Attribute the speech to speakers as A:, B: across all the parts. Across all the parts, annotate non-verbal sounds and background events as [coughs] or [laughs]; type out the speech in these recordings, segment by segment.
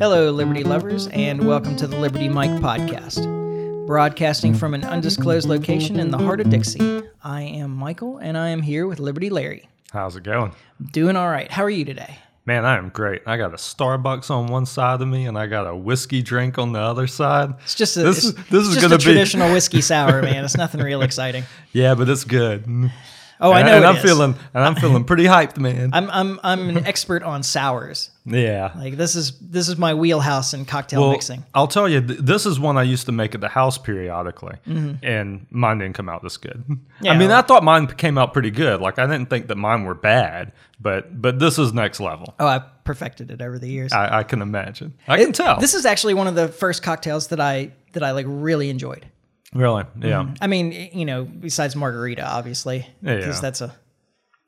A: liberty lovers, and welcome to the Liberty Mike podcast. Broadcasting from an undisclosed location in the heart of Dixie, I am Michael, and I am here with Liberty Larry.
B: How's it going?
A: Doing all right. How are you today?
B: Man, I am great. I got a Starbucks on one side of me and I got a whiskey drink on the other side.
A: It's just a, it's-
B: This is- this is
A: it's just
B: gonna
A: a
B: be-
A: traditional whiskey sour, man. It's nothing
B: [laughs]
A: real exciting.
B: Yeah, but it's good.
A: Oh, I
B: and,
A: know.
B: And
A: it
B: I'm
A: is.
B: feeling
A: [laughs]
B: and I'm feeling pretty hyped, man.
A: I'm I'm I'm an expert on sours.
B: yeah.
A: Like this is this is my wheelhouse in cocktail
B: Well,
A: mixing.
B: I'll tell you, th- this is one I used to make at the house periodically, and mine didn't come out
A: [laughs]
B: this good.
A: Mm-hmm. Yeah.
B: I mean, I thought mine came out pretty good. Like I didn't think that mine were bad, but but this is next level.
A: Oh, I perfected it over the years.
B: I, I can imagine. I can tell.
A: This is actually one of the first cocktails that I that I like really enjoyed.
B: really, yeah.
A: I mean, y- you know, besides margarita, obviously, because
B: Yeah.
A: that's a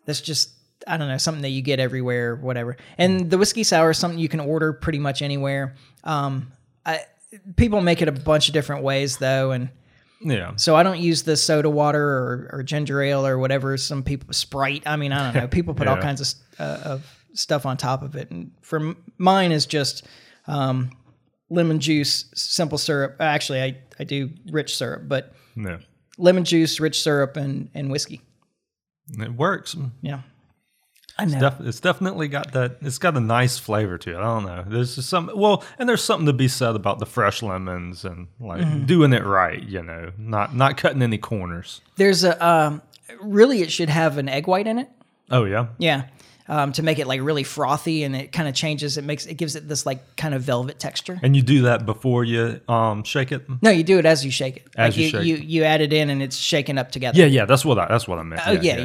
A: that's just I don't know something that you get everywhere, whatever. And the whiskey sour is something you can order pretty much anywhere. Um, I, people make it a bunch of different ways though, and Mm-hmm.
B: Yeah.
A: so I don't use the soda water or, or ginger ale or whatever. Some people Sprite. I mean, I don't
B: [laughs]
A: know. People put all
B: Yeah.
A: kinds of, st- uh, of stuff on top of it. And for m- mine is just um, lemon juice, simple syrup. Actually, I I do rich syrup, but
B: Yeah.
A: lemon juice, rich syrup, and and whiskey.
B: It works.
A: Yeah, I know.
B: Def- it's definitely got that. It's got a nice flavor to it. I don't know. There's just some well, and there's something to be said about the fresh lemons and like
A: Mm-hmm.
B: doing it right. You know, not not cutting any corners.
A: There's a um, really it should have an egg white in it.
B: Oh yeah,
A: Yeah. Um, to make it like really frothy and it kind of changes, it makes it gives it this like kind of velvet texture.
B: and you do that before you um shake it.
A: No, you do it as you shake it.
B: As
A: like
B: you
A: you,
B: shake
A: you you add it in and it's shaken up together.
B: Yeah, yeah. That's what I. That's what I meant.
A: Oh yeah, yeah.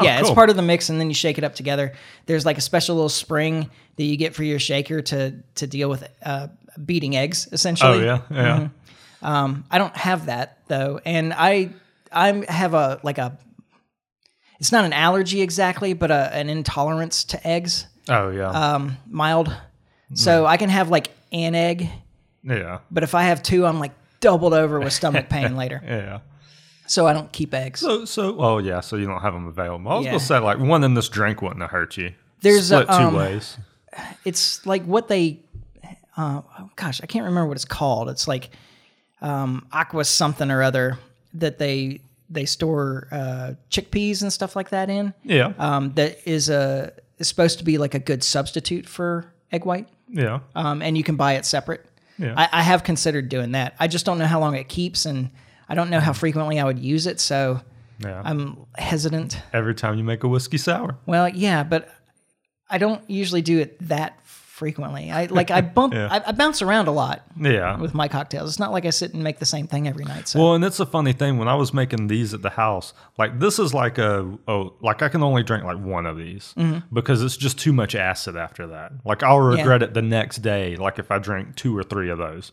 A: Yeah,
B: Oh,
A: it's
B: cool.
A: part of the mix and then you shake it up together. There's like a special little spring that you get for your shaker to to deal with uh, beating eggs
B: Oh
A: essentially.
B: yeah, yeah.
A: Mm-hmm. Um, I don't have that though, and I I have a like a it's not an allergy exactly, but a, an intolerance to eggs,
B: Oh yeah,
A: um, mild. So I can have like an egg,
B: yeah,
A: but if I have two, I'm like doubled over with stomach pain later.
B: yeah.
A: So I don't keep eggs.
B: So so oh yeah. So you don't have them available. I was
A: Yeah.
B: gonna say like one in this drink wouldn't have hurt you.
A: There's a,
B: split
A: um,
B: two ways.
A: It's like what they, uh, gosh, I can't remember what it's called. It's like um, aqua something or other that they they store uh, chickpeas and stuff like that in.
B: Yeah,
A: um, that is a is supposed to be like a good substitute for egg white,
B: yeah.
A: um, and you can buy it separate.
B: Yeah.
A: I, I have considered doing that. I just don't know how long it keeps, and I don't know how frequently I would use it, so
B: yeah.
A: I'm hesitant.
B: Every time you make a whiskey sour.
A: Well, yeah, but I don't usually do it that frequently. I like
B: [laughs]
A: I bump,
B: Yeah.
A: I, I bounce around a lot
B: Yeah.
A: with my cocktails. It's not like I sit and make the same thing every night. So
B: Well, and it's a funny thing when I was making these at the house. Like this is like a oh, like I can only drink like one of these
A: Mm-hmm.
B: because it's just too much acid after that. Like I'll regret it the next day. Like if I drink two or three of those.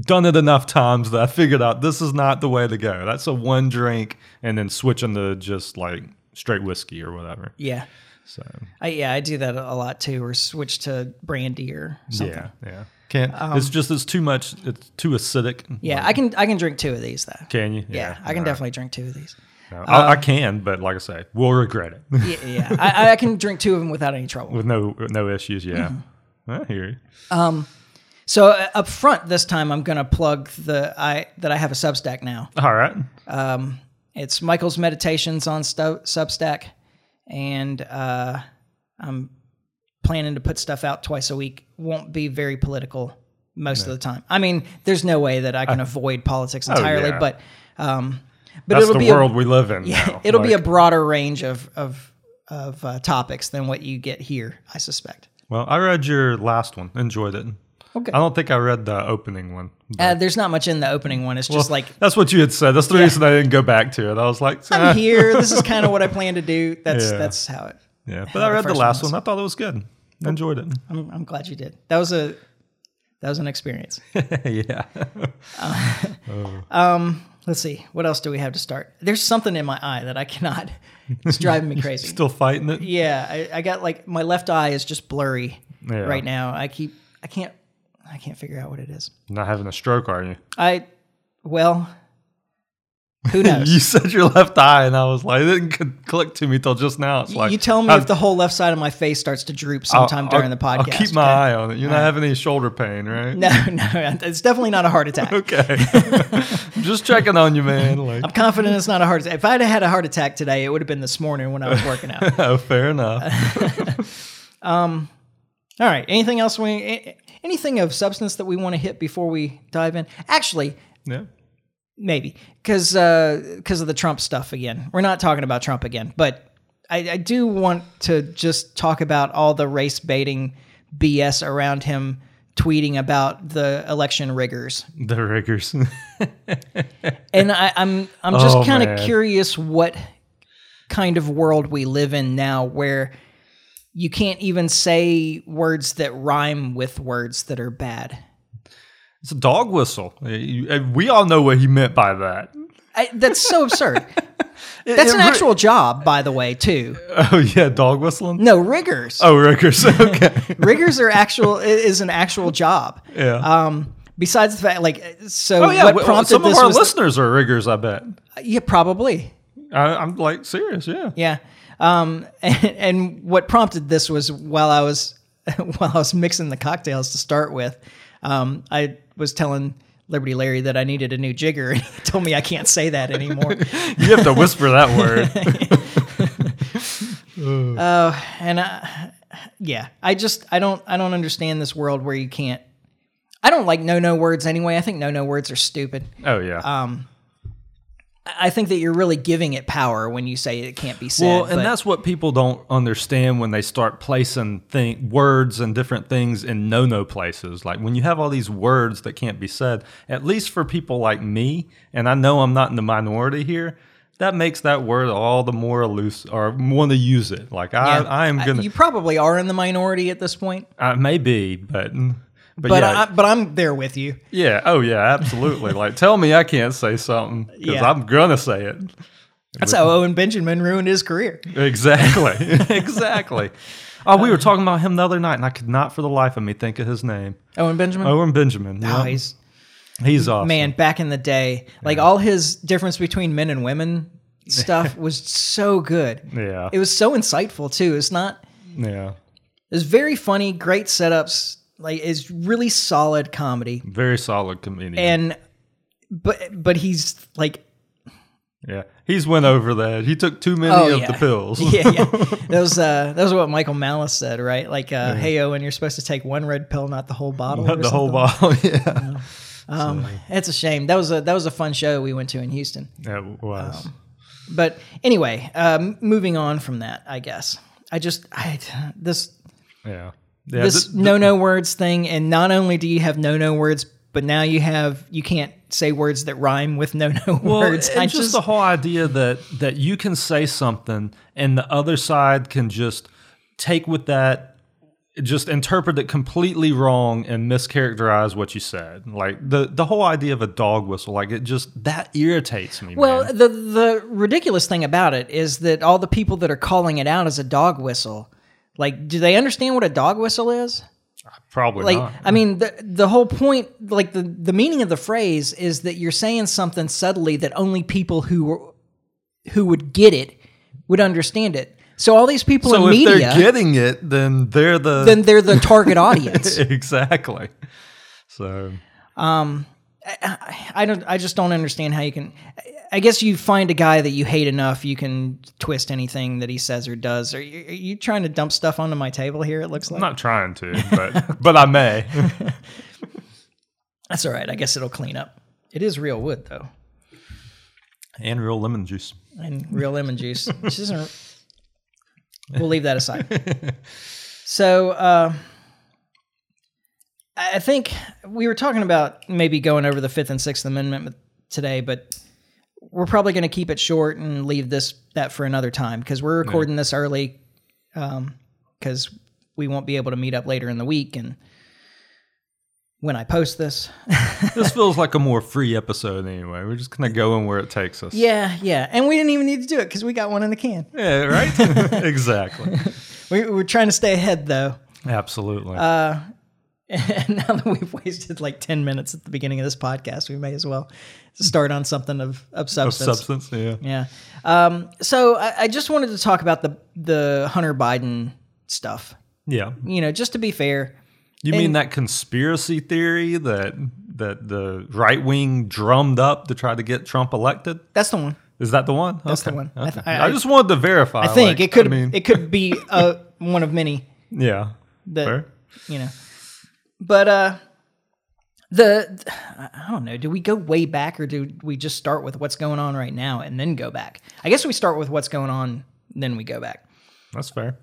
B: Done it enough times that I figured out this is not the way to go. That's a one drink and then switching to just like straight whiskey or whatever.
A: yeah,
B: So
A: I, yeah, I do that a lot too, or switch to brandy or something. Um,
B: yeah, yeah. Can't. it's just it's too much. It's too acidic.
A: Yeah, I can I can drink two of these though.
B: Can you?
A: Yeah, I can uh, definitely drink two of these.
B: No, I, I can, but like I say, we'll regret it.
A: Yeah, yeah. I, I can drink two of them without any trouble.
B: with no with no issues. Yeah,
A: Mm-hmm.
B: I hear you.
A: So uh, up front this time, I'm going to plug the I that I have a Substack now.
B: All right.
A: It's Michael's Meditations on Sto- Substack, and uh, I'm planning to put stuff out twice a week. Won't be very political most of the time. I mean, there's no way that I can avoid politics entirely,
B: Oh, yeah.
A: but um, but
B: That's
A: it'll
B: the
A: be a-
B: world we
A: [laughs]
B: live in. Yeah,
A: it'll be a broader range of of of uh, topics than what you get here, I suspect.
B: well. I read your last one. Enjoyed it.
A: Okay.
B: I don't think I read the opening one.
A: Uh, there's not much in the opening one. It's just
B: [laughs]
A: like
B: That's what you had said. That's the reason I didn't go back to it. I was like, eh.
A: I'm here. This is kind of what I plan to do. That's
B: Yeah.
A: that's how it.
B: yeah. But I read the
A: first Oh.
B: last one. I thought it was good. Enjoyed it.
A: [laughs] I'm, I'm glad you did. That was a that was an experience.
B: [laughs] yeah.
A: Let's see what else do we have to start. There's something in my eye that I cannot. [laughs] It's driving me crazy.
B: Still fighting it.
A: Yeah, I, I got like my left eye is just blurry
B: Yeah.
A: right now. I keep I can't I can't figure out what it is.
B: Not having a stroke, are you?
A: I well Who knows?
B: you said your left eye, and I was like, it didn't c- click to me till just now. It's
A: Y-
B: [laughs] like
A: you tell me
B: I-
A: if the whole left side of my face starts to droop
B: I'll-
A: sometime during the
B: I'll-
A: podcast.
B: I'll keep my
A: okay?
B: eye on it. You're not having any shoulder pain, right?
A: No, [laughs] no, it's definitely not a heart attack.
B: Okay. I'm [laughs] just checking on you, man. Like,
A: I'm confident it's not a heart attack. If I'd have had a heart attack today, it would have been this morning when I was working out.
B: [laughs] oh, fair enough.
A: All right. Anything else we a- anything of substance that we want to hit before we dive in? Actually,
B: Yeah.
A: maybe because because of the Trump stuff again. We're not talking about Trump again, but I, I do want to just talk about all the race baiting BS around him tweeting about the election riggers,
B: The riggers. [laughs]
A: and I, I'm I'm just
B: Oh,
A: kind of
B: man.
A: curious what kind of world we live in now where you can't even say words that rhyme with words that are bad.
B: it's a dog whistle. You- uh, We all know what he meant by that.
A: I, that's so absurd.
B: [laughs] It-
A: That's
B: it
A: an
B: re-
A: actual job, by the way, too.
B: [laughs] Oh, yeah, dog whistling?
A: No, Um, riggers.
B: Oh, riggers. [laughs]
A: [laughs]
B: Okay.
A: Riggers are actual i- is an actual job.
B: Yeah.
A: Um, besides the fact, like, so
B: oh, yeah.
A: what
B: well,
A: prompted
B: some
A: this
B: of our
A: was
B: listeners are riggers, I bet.
A: yeah, probably
B: I, I'm like serious, yeah.
A: [laughs] yeah. Um, [laughs] and, and what prompted this was while I was [laughs] while I was mixing the cocktails to start with, um, I was telling Liberty Larry that I needed a new jigger, [laughs] and he told me I can't say that
B: [laughs]
A: anymore.
B: You have to whisper that
A: [laughs]
B: word.
A: and I, yeah, I just I don't I don't understand this world where you can't. I don't like no no words anyway. I think no no words are stupid.
B: Oh, yeah.
A: I I think that you're really giving it power when you say it can't be said.
B: Well, and
A: but-
B: that's what people don't understand when they start placing thing, words and different things in no no places. Like when you have all these words that can't be said, at least for people like me, and I know I'm not in the minority here, that makes that word all the more elusive or want to use it. Like I,
A: yeah, Uh,
B: I am going
A: You
B: to,
A: probably are in the minority at this point,
B: I may be, but. mm, But,
A: but
B: yeah,
A: I, but I'm there with you.
B: yeah, oh yeah, absolutely. like, tell me I can't say something because
A: Yeah.
B: I'm gonna say it.
A: That's how Owen Benjamin ruined his career. [laughs]
B: Exactly. exactly. Oh, we were talking about him the other night, and I could not for the life of me think of his name.
A: Owen Benjamin.
B: Owen Benjamin.
A: Oh,
B: yeah. he's,
A: he's
B: awesome.
A: man back in the day, like all his difference between men and women [laughs] stuff was so good.
B: Yeah.
A: It was so insightful too. It's not
B: yeah.
A: It's very funny, great setups. Like it's really solid comedy,
B: Very solid comedian.
A: and but but he's like [laughs]
B: yeah. He's went over that. He took too many
A: Oh,
B: of
A: yeah.
B: the
A: [laughs]
B: pills.
A: yeah yeah. That was uh that was what Michael Malice said, right? Like uh, hey Owen, you're supposed to take one red pill, not the whole bottle. or
B: [laughs] the whole
A: something.
B: bottle. [laughs]
A: [laughs]
B: Yeah.
A: Um, it's a shame. That was a that was a fun show we went to in Houston.
B: It was.
A: Um, But anyway, um, moving on from that, I guess. I just I this
B: yeah. Yeah.
A: this
B: th-
A: no no words thing and not only do you have no no words but now you have you can't say words that rhyme with no [laughs] no words
B: And just, the whole idea that that you can say something and the other side can just take with that just interpret it completely wrong and mischaracterize what you said like the the whole idea of a dog whistle like it just that irritates
A: [laughs]
B: me
A: well
B: man.
A: the the ridiculous thing about it is that all the people that are calling it out as a dog whistle like do they understand what a dog whistle is
B: probably
A: like
B: not
A: i mean the the whole point like the the meaning of the phrase is that you're saying something subtly that only people who were, who would get it would understand it so all these people
B: so
A: in
B: if
A: media
B: they're getting it then they're the [laughs]
A: then they're the target audience
B: exactly so
A: I don't. I just don't understand how you can. I guess you find a guy that you hate enough, you can twist anything that he says or does. Are you, are you trying to dump stuff onto my table here? It looks like
B: i'm not trying to
A: [laughs]
B: but but i may
A: that's all right. I guess it'll clean up. It is real wood though,
B: and real lemon juice
A: and real lemon [laughs] juice. Which isn't. We'll leave that aside. So uh, I I think we were talking about maybe going over the Fifth and Sixth Amendment today, but we're probably going to keep it short and leave this that for another time because we're recording this early because we won't be able to meet up later in the week and when I post this.
B: this feels like a more free episode anyway. We're just kind of going where it takes us.
A: Yeah, yeah, and we didn't even need to do it because we got one in the can.
B: Yeah,
A: [laughs]
B: right? exactly.
A: We, we're trying to stay ahead though.
B: Absolutely.
A: And [laughs] now that we've wasted like 10 minutes at the beginning of this podcast, we may as well start on something of, of
B: Of
A: substance.
B: substance, yeah.
A: Yeah. Um, so I, I just wanted to talk about the, the Hunter Biden stuff.
B: Yeah.
A: You know, just to be fair,
B: You mean that conspiracy theory that that the right wing drummed up to try to get Trump elected?
A: that's the one.
B: Is that the one?
A: That's the one. I
B: I,
A: th- I-
B: I, just wanted to verify.
A: I think it could
B: I mean,
A: it could be uh, [laughs] one of many
B: yeah.
A: that
B: Fair.
A: you know. But uh, the I don't know. Do we go way back or do we just start with what's going on right now and then go back? I guess we start with what's going on, then we go back.
B: That's fair.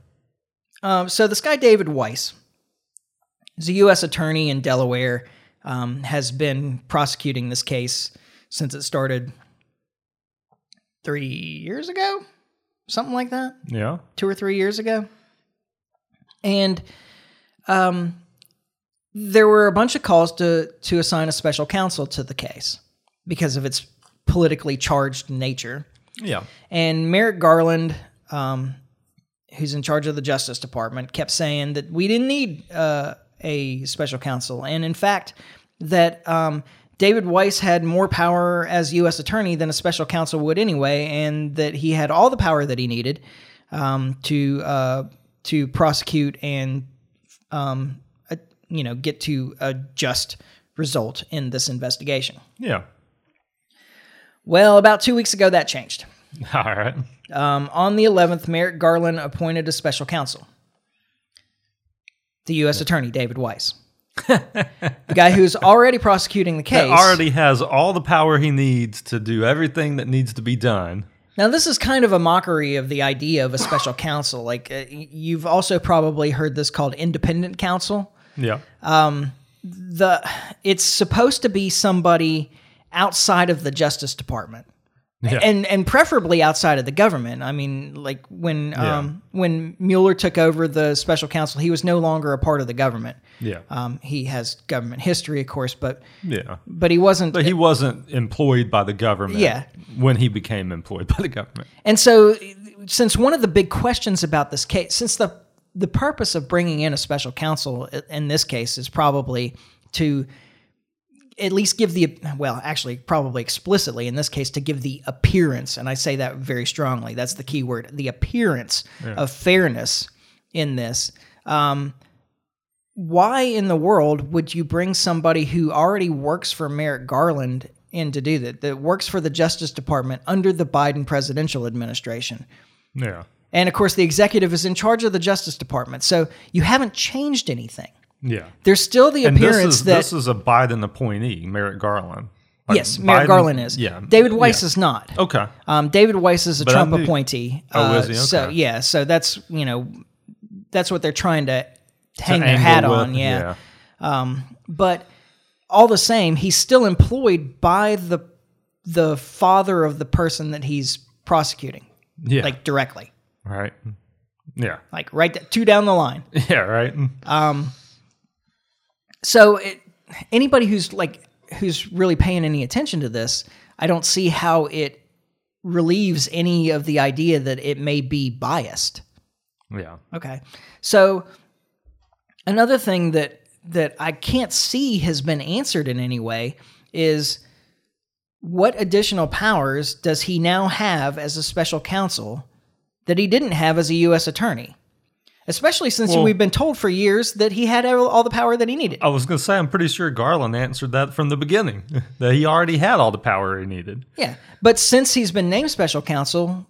A: Um, so this guy David Weiss is a U.S. attorney in Delaware, um, has been prosecuting this case since it started three years ago, something like that,
B: Yeah.
A: two or three years ago, and um, there were a bunch of calls to to assign a special counsel to the case because of its politically charged nature.
B: Yeah.
A: And Merrick Garland, um, who's in charge of the Justice Department, kept saying that we didn't need uh, a special counsel. And in fact, that um, David Weiss had more power as U.S. attorney than a special counsel would anyway, and that he had all the power that he needed um, to uh, to prosecute and um, uh, you know get to a just result in this investigation.
B: Yeah. [laughs]
A: Well, about two weeks ago, that changed.
B: All right.
A: Um, on the 11th, Merrick Garland appointed a special counsel, the U.S. Attorney David Weiss, the guy who's already prosecuting the case.
B: Already has all the power he needs to do everything that needs to be done.
A: Now, this is kind of a mockery of the idea of a special counsel. Like uh, y- you've also probably heard this called independent counsel.
B: Yeah.
A: Uh, The it's supposed to be somebody outside of the Justice Department.
B: Yeah.
A: and and preferably outside of the government. I mean, like when um, when Mueller took over the special counsel, he was no longer a part of the government.
B: yeah.
A: Um, he has government history, of course, but
B: yeah.
A: but he wasn't.
B: But he wasn't employed by the government
A: Yeah.
B: when he became employed by the government.
A: and so, since one of the big questions about this case, since the the purpose of bringing in a special counsel i- in this case is probably to at least give the well actually probably explicitly in this case to give the appearance and i say that very strongly that's the key word the appearance of fairness in this um, why in the world would you bring somebody who already works for merrick garland in to do that that works for the justice department under the biden presidential administration
B: Yeah.
A: and of course the executive is in charge of the justice department so you haven't changed anything
B: Yeah.
A: there's still the
B: And this
A: appearance
B: is,
A: that
B: this is a Biden appoinee, Merrick Garland. Like,
A: yes, Merrick
B: Biden-
A: Garland is.
B: Yeah.
A: David Weiss
B: yeah.
A: is not.
B: Okay.
A: Um, David Weiss is a
B: I
A: Trump
B: knew-
A: appointee. Uh,
B: Oh, is he?
A: So
B: Okay.
A: yeah, so that's you know, that's what they're trying to hang their
B: Angle
A: hat
B: with-
A: on. Yeah. but all the same, he's still employed by the the father of the person that he's prosecuting,
B: Yeah. Yeah.
A: like directly,
B: right. Yeah. [laughs]
A: like right th- two down the line.
B: Yeah. Right.
A: So it, anybody who's like who's really paying any attention to this, I don't see how it relieves any of the idea that it may be biased.
B: yeah.
A: Okay. So another thing that that I can't see has been answered in any way is what additional powers does he now have as a special counsel that he didn't have as a U.S. attorney? Especially since
B: Well-
A: we've been told for years that he had all all the power that he needed.
B: I was going to say, I'm pretty sure Garland answered that from the beginning, [laughs] that he already had all the power he needed.
A: Yeah. But since he's been named special counsel,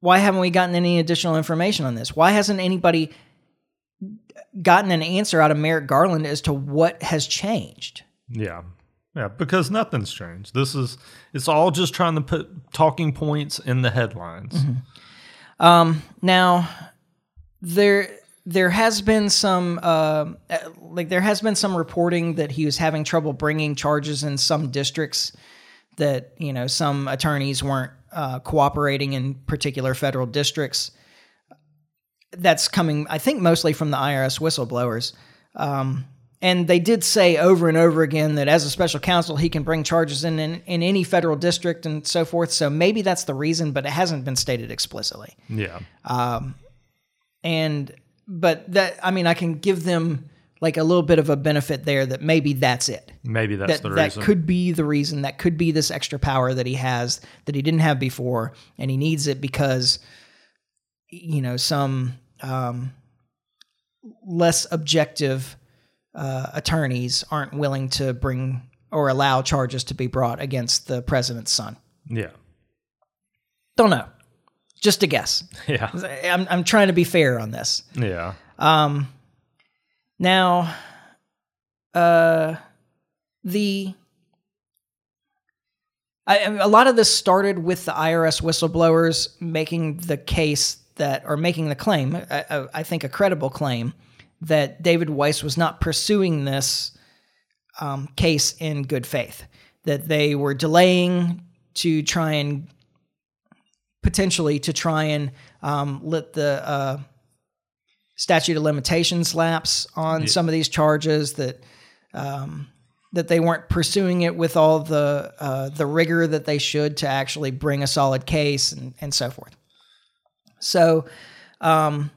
A: why haven't we gotten any additional information on this? Why hasn't anybody gotten an answer out of Merrick Garland as to what has changed?
B: Yeah. Yeah. Because nothing's changed. This is, it's all just trying to put talking points in the headlines.
A: Mm-hmm. Now, there there has been some uh, uh, like there has been some reporting that he was having trouble bringing charges in some districts that you know some attorneys weren't uh, cooperating in particular federal districts. That's coming, I think, mostly from the IRS whistleblowers. Um, and they did say over and over again that as a special counsel, he can bring charges in, in in any federal district and so forth. So maybe that's the reason, but it hasn't been stated explicitly
B: Yeah.
A: and but that i mean i can give them like a little bit of a benefit there that maybe that's it.
B: Maybe that's
A: that
B: the
A: that
B: reason.
A: could be the reason. That could be this extra power that he has that he didn't have before, and he needs it because you know some um, less objective uh, attorneys aren't willing to bring or allow charges to be brought against the president's son.
B: yeah. [laughs]
A: Don't know. Just a guess.
B: Yeah.
A: I'm, I'm trying to be fair on this.
B: Yeah.
A: Um, now, uh, the I, I mean, a lot of this started with the IRS whistleblowers making the case that, or making the claim, I, I, I think a credible claim, that David Weiss was not pursuing this um, case in good faith, that they were delaying to try and potentially to try and um, let the uh, statute of limitations lapse on some of these charges that um, that they weren't pursuing it with all the uh, the rigor that they should to actually bring a solid case and, and so forth. So, um,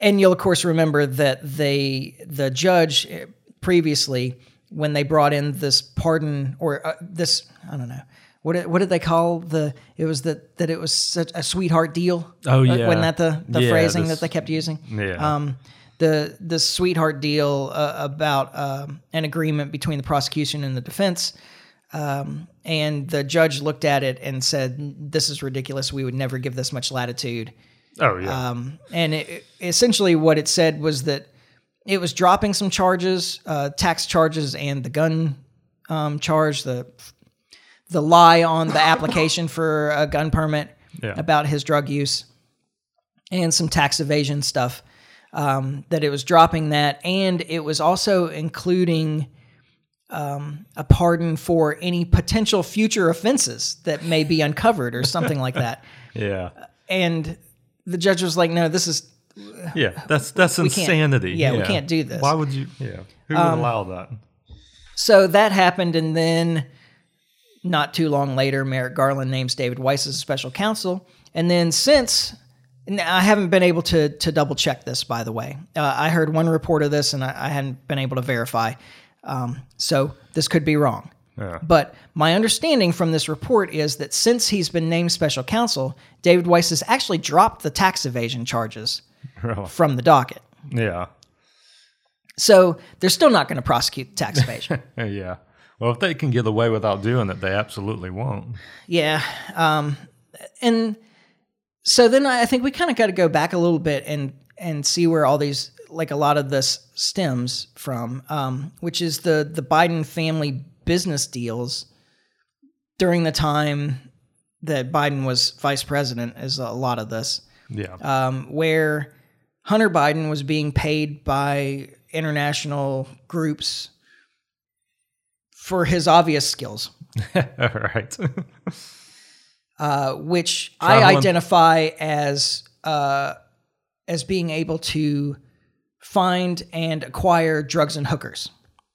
A: and you'll of course remember that they the judge eh, previously when they brought in this pardon or uh, this I don't know. What did, what did they call the? It was that that it was such a sweetheart deal.
B: Oh,
A: Uh,
B: yeah.
A: wasn't that the, the
B: Yeah,
A: phrasing that
B: this-
A: they kept using?
B: Yeah.
A: um, the the sweetheart deal uh, about um, an agreement between the prosecution and the defense. Um, and the judge looked at it and said, "This is ridiculous. We would never give this much latitude."
B: oh yeah.
A: Um, and it, essentially, what it said was that it was dropping some charges, uh, tax charges, and the gun um, charge, the the lie on the application for a gun permit
B: Yeah.
A: about his drug use, and some tax evasion stuff. Um, that it was dropping that, and it was also including um, a pardon for any potential future offenses that may be uncovered or something like that.
B: yeah.
A: And the judge was like, "No, this is
B: Yeah. That's that's
A: can't-
B: insanity.
A: yeah, we can't do this. Um,
B: Why would you? Yeah. Who would allow that?
A: So that happened, and then not too long later, Merrick Garland names David Weiss as a special counsel. And then since, now I haven't been able to to double check this, by the way. Uh, I heard one report of this, and I, I hadn't been able to verify. Um, so this could be wrong.
B: Yeah.
A: But my understanding from this report is that since he's been named special counsel, David Weiss has actually dropped the tax evasion charges
B: [laughs] Really?
A: from the docket.
B: Yeah.
A: So they're still not going to prosecute tax evasion.
B: Uh, Yeah. Well, if they can get away without doing it, they absolutely won't.
A: Yeah. Um, and so then I think we kind of got to go back a little bit and and see where all these like a lot of this stems from, um, which is the the Biden family business deals during the time that Biden was vice president is a lot of this
B: Yeah.
A: um, where Hunter Biden was being paid by international groups for his obvious skills
B: [laughs] All right. [laughs]
A: uh, which I
B: Traveling.
A: identify as uh, as being able to find and acquire drugs and hookers.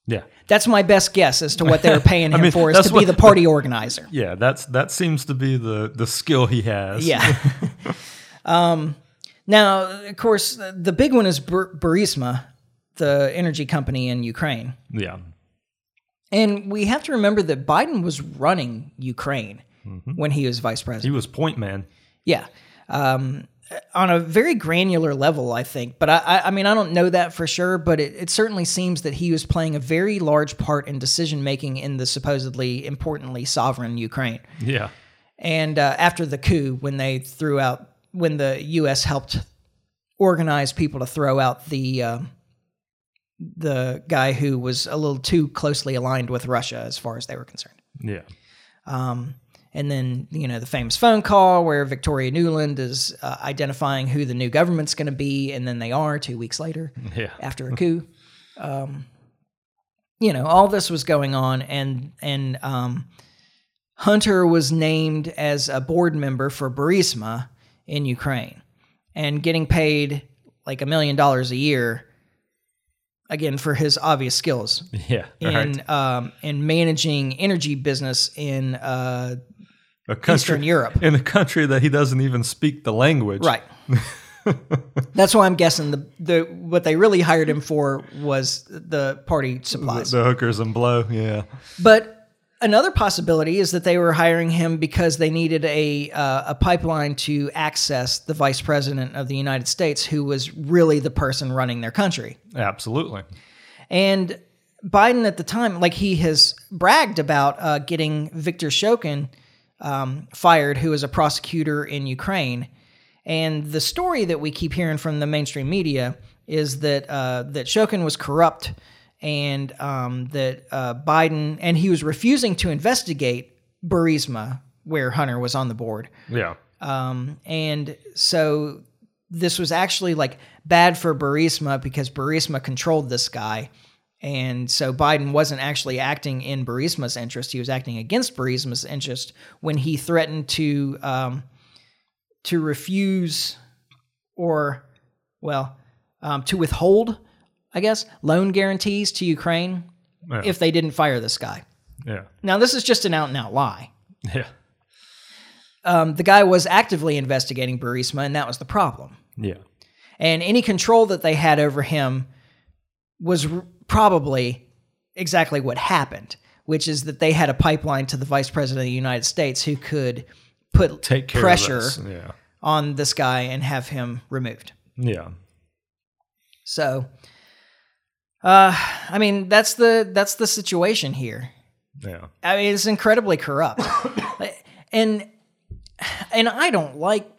B: yeah.
A: That's my best guess as to what
B: [laughs]
A: they were paying him
B: mean,
A: for is
B: that's
A: to be
B: what-
A: the party
B: [laughs]
A: organizer.
B: Yeah. That's that seems to be the the skill he has.
A: Yeah. [laughs] um, now, of course, the the big one is Bur- Burisma, the energy company in Ukraine.
B: Yeah.
A: And we have to remember that Biden was running Ukraine
B: Mm-hmm.
A: when he was vice president.
B: He was point man.
A: Yeah. Um, on a very granular level, I think. But I, I, I mean, I don't know that for sure, but it, it certainly seems that he was playing a very large part in decision making in the supposedly, importantly, sovereign Ukraine.
B: Yeah.
A: And uh, after the coup, when they threw out, when the U.S. helped organize people to throw out the. um the guy who was a little too closely aligned with Russia as far as they were concerned.
B: Yeah.
A: Um, and then, you know, the famous phone call where Victoria Newland is uh, identifying who the new government's going to be, and then they are two weeks later
B: Yeah.
A: after a coup. Um, you know, all this was going on, and and um, Hunter was named as a board member for Burisma in Ukraine, and getting paid like a million dollars a year, again for his obvious skills
B: Yeah. All
A: in
B: right.
A: um, in managing energy business in uh,
B: A country
A: Eastern Europe.
B: in a country that he doesn't even speak the language.
A: Right. [laughs] That's why I'm guessing the, the what they really hired him for was the party supplies.
B: the hookers and blow. Yeah.
A: But another possibility is that they were hiring him because they needed a uh, a pipeline to access the vice president of the United States, who was really the person running their country.
B: Absolutely.
A: And Biden at the time, like he has bragged about uh, getting Viktor Shokin um, fired, who is a prosecutor in Ukraine. And the story that we keep hearing from the mainstream media is that uh, that Shokin was corrupt, and um, that uh, Biden and he was refusing to investigate Burisma, where Hunter was on the board.
B: Yeah.
A: Um, and so this was actually like bad for Burisma because Burisma controlled this guy. And so Biden wasn't actually acting in Burisma's interest. He was acting against Burisma's interest when he threatened to um, to refuse or, well, um, to withhold, I guess, loan guarantees to Ukraine
B: Yeah.
A: if they didn't fire this guy.
B: yeah.
A: Now, this is just an out and out lie.
B: Yeah.
A: Um, the guy was actively investigating Burisma, and that was the problem.
B: Yeah.
A: and any control that they had over him was r- probably exactly what happened, which is that they had a pipeline to the vice president of the United States who could put
B: Take care
A: pressure
B: of us. Yeah.
A: on this guy and have him removed.
B: Yeah.
A: So, uh, I mean, that's the that's the situation here.
B: Yeah.
A: I mean, it's incredibly corrupt, [coughs] and and I don't like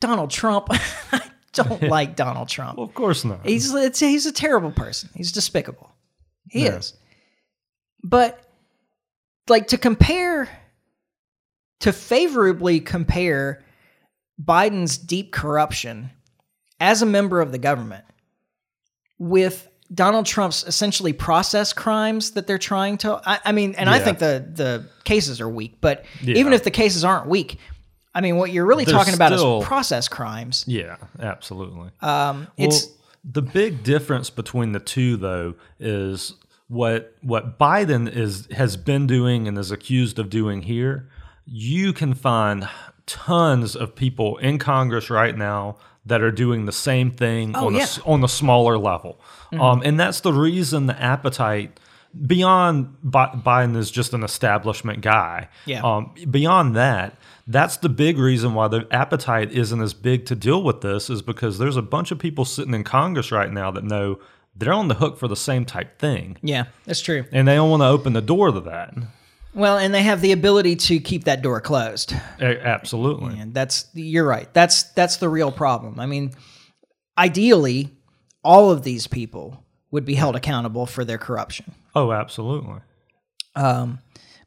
A: Donald Trump. [laughs] I don't like Donald Trump.
B: Well, of course not.
A: He's it's, he's a terrible person. He's despicable. He
B: Yeah.
A: is. But like to compare to favorably compare Biden's deep corruption as a member of the government with Donald Trump's essentially process crimes that they're trying to I, I mean and I
B: Yeah.
A: think the the cases are weak but
B: Yeah.
A: even if the cases aren't weak I mean what you're really
B: They're
A: talking about
B: still-
A: is process crimes
B: yeah. Absolutely.
A: um it's
B: well, the big difference between the two though is what what Biden is has been doing and is accused of doing here. You can find tons of people in Congress right now that are doing the same thing on a
A: Oh, yeah.
B: s- on a smaller level,
A: Mm-hmm.
B: um, and that's the reason the appetite beyond Bi- Biden is just an establishment guy.
A: Yeah.
B: Um, beyond that, that's the big reason why the appetite isn't as big to deal with this is because there's a bunch of people sitting in Congress right now that know they're on the hook for the same type thing,
A: yeah that's true
B: and they don't want to open the door to that.
A: Well, and they have the ability to keep that door closed.
B: A- absolutely.
A: And that's you're right. That's that's the real problem. I mean, ideally, all of these people would be held accountable for their corruption.
B: Oh, absolutely.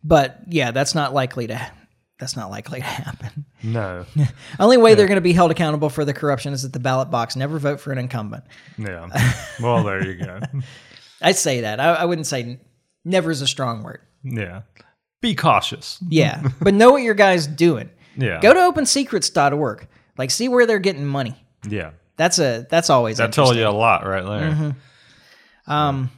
A: But yeah, that's not likely to that's not likely to happen. [laughs]
B: No.
A: Only way they're going to be held accountable for their corruption is at the ballot box. Never vote for an incumbent.
B: yeah. Well, there you go. [laughs]
A: I say that. I, I wouldn't say n- never is a strong word.
B: Yeah. Be cautious. [laughs]
A: Yeah, but know what your guy's doing.
B: Yeah.
A: Go to opensecrets.org. Like, see where they're getting money.
B: Yeah.
A: That's a that's always
B: That tells you a lot right there.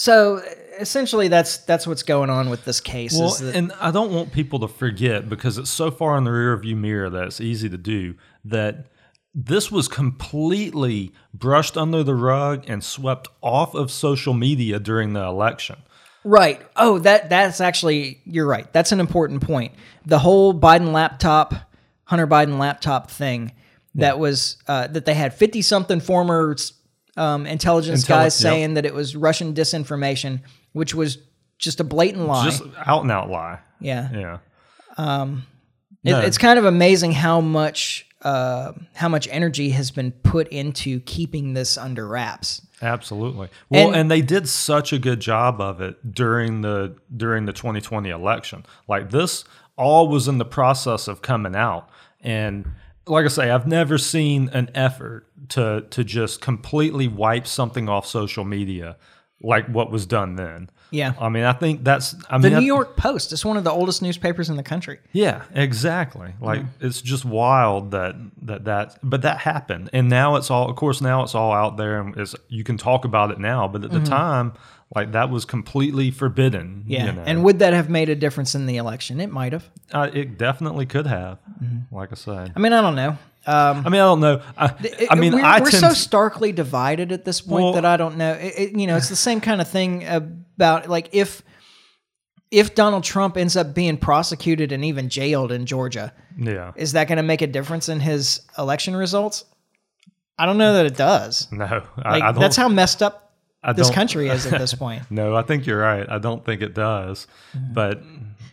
A: So essentially, that's that's what's going on with this case.
B: Well,
A: is that,
B: and I don't want people to forget because it's so far in the rearview mirror that it's easy to do that this was completely brushed under the rug and swept off of social media during the election.
A: right? Oh, that that's actually you're right. That's an important point. The whole Biden laptop, Hunter Biden laptop thing, that was uh, that they had fifty something former um, intelligence
B: Intelli-
A: guys
B: yep.
A: saying that it was Russian disinformation, which was just a blatant lie.
B: Just out and out lie.
A: yeah,
B: Yeah.
A: It-
B: No.
A: it's kind of amazing how much. Uh, how much energy has been put into keeping this under wraps?
B: Absolutely. Well,
A: And-
B: and, they did such a good job of it during the during the 2020 election. Like this all was in the process of coming out and like I say I've never seen an effort to to just completely wipe something off social media like what was done then.
A: Yeah.
B: I mean, I think that's I mean
A: The
B: I-
A: New York Post is one of the oldest newspapers in the country.
B: yeah, exactly. Like it's just wild that that that but that happened. And now it's all of course now it's all out there and it's you can talk about it now, but at
A: Mm-hmm.
B: the time like that was completely forbidden.
A: Yeah.
B: you know.
A: And would that have made a difference in the election? It might have.
B: uh, it definitely could have. Like I said,
A: I mean, I don't know. Mm-hmm. Um,
B: I mean, I don't know. I, I mean,
A: we're,
B: I
A: we're
B: tend
A: so
B: to-
A: starkly divided at this point
B: Well-
A: that I don't know. It, it- you know, it's the same kind of thing about like if if Donald Trump ends up being prosecuted and even jailed in Georgia,
B: yeah.
A: is that going to make a difference in his election results? I don't know that it does.
B: No,
A: Like,
B: I, I don't.
A: that's how messed up
B: I
A: this
B: don't-
A: country is
B: [laughs]
A: at this point
B: No, I think you're right. I don't think it does.
A: Mm-hmm.
B: But